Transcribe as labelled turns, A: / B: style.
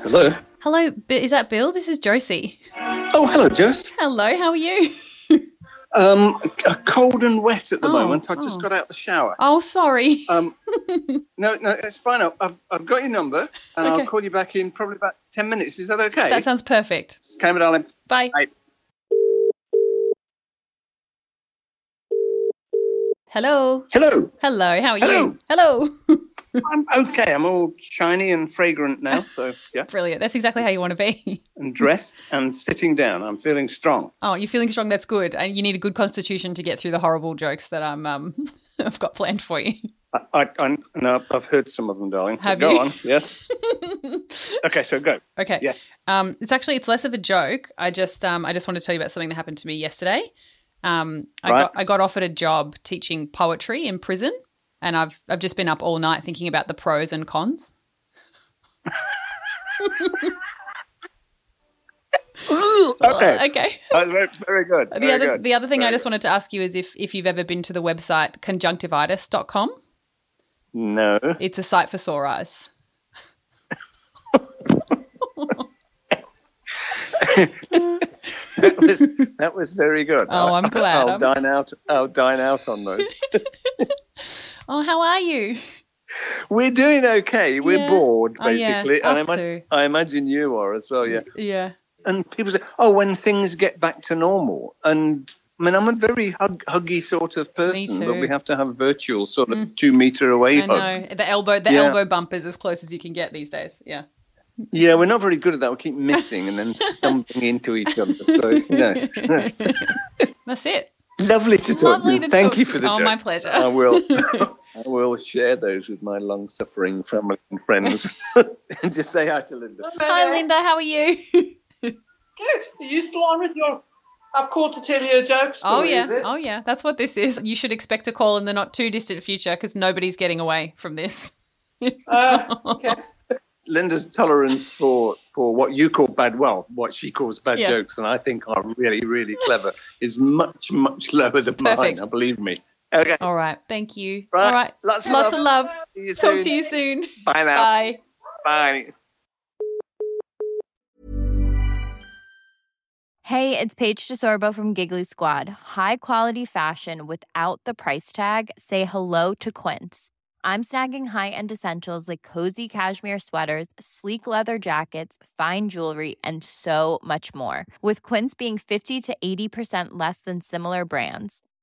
A: Hello.
B: Hello, B- is that Bill? This is Josie.
A: Oh, hello, Jess.
B: Hello, how are you?
A: Um, c- cold and wet at the
B: Oh,
A: moment. I
B: oh.
A: just got out the shower.
B: Oh, sorry.
A: Um, no, no, it's fine. I've- I've, I've got your number, and
B: Okay.
A: I'll call you back in probably about ten minutes. Is that okay?
B: That sounds perfect.
A: okay, my darling.
B: Bye.
A: Bye.
B: Hello.
A: Hello.
B: Hello, how are you?
A: Hello.
B: Hello.
A: I'm okay. I'm all shiny and fragrant now. So yeah,
B: Brilliant. That's exactly how you want to be.
A: and dressed and sitting down. I'm feeling strong.
B: Oh, you're feeling strong. That's good. And you need a good constitution to get through the horrible jokes that I'm um I've got planned for you.
A: I, I, I no, I've heard some of them, darling. So
B: Have
A: go
B: you?
A: on. Yes. okay, so go.
B: okay.
A: Yes.
B: Um, it's actually it's less of a joke. I just um, I just want to tell you about something that happened to me yesterday. Um, I,
A: Right.
B: got, I got offered a job teaching poetry in prison, and I've I've just been up all night thinking about the pros and cons.
A: okay.
B: okay.
A: Uh, very, very good.
B: The
A: very
B: other
A: good.
B: the other thing I
A: Very
B: just wanted to ask you is if if you've ever been to the website conjunctivitis.com.
A: No.
B: It's a site for sore eyes.
A: That was that was very good.
B: Oh, I'm glad.
A: I'll
B: I'm-
A: dine out. I'll dine out on those.
B: Oh, how are you?
A: We're doing okay. We're
B: Yeah.
A: bored,
B: Oh, yeah.
A: basically. and
B: Us
A: I, imag-
B: too. Mm.
A: I imagine you are as well. Yeah.
B: Yeah.
A: And people say, "Oh, when things get back to normal," and I mean, I'm a very hug, huggy sort of person, but
B: too. Mm.
A: we have to have virtual, sort of two meter away
B: I know.
A: hugs.
B: The elbow the
A: Yeah.
B: elbow bump is as close as you can get these days. Yeah.
A: Yeah, we're not very good at that. We keep missing and then stumbling into each other. So, no.
B: That's it.
A: Lovely to talk
B: Lovely
A: to
B: to
A: you. Thank
B: talk
A: you
B: to
A: for
B: you.
A: the
B: Oh,
A: jokes.
B: my pleasure.
A: I will. I will share those with my long-suffering family and friends, and just say hi to Linda.
B: Hi Linda, how are you?
C: Good. Are you still on with your? I've called to tell you a joke. Story,
B: Oh yeah,
C: Is it?
B: oh yeah. That's what this is. You should expect a call in the not too distant future because nobody's getting away from this.
C: Uh, okay.
A: Linda's tolerance for for what you call bad, well, what she calls bad
B: Yeah.
A: jokes, and I think are really, really clever, is much, much lower than mine.
B: Perfect.
A: Now, believe me. Okay.
B: All right, thank you.
A: Right.
B: All right,
A: Lots of
B: lots
A: love.
B: of love.
A: See you
B: Talk
A: soon.
B: to you soon.
A: Bye now.
B: Bye.
A: Bye.
D: Hey, it's Paige DeSorbo from Giggly Squad. High quality fashion without the price tag. Say hello to Quince. I'm snagging high-end essentials like cozy cashmere sweaters, sleek leather jackets, fine jewelry, and so much more. With Quince being 50 to 80% less than similar brands.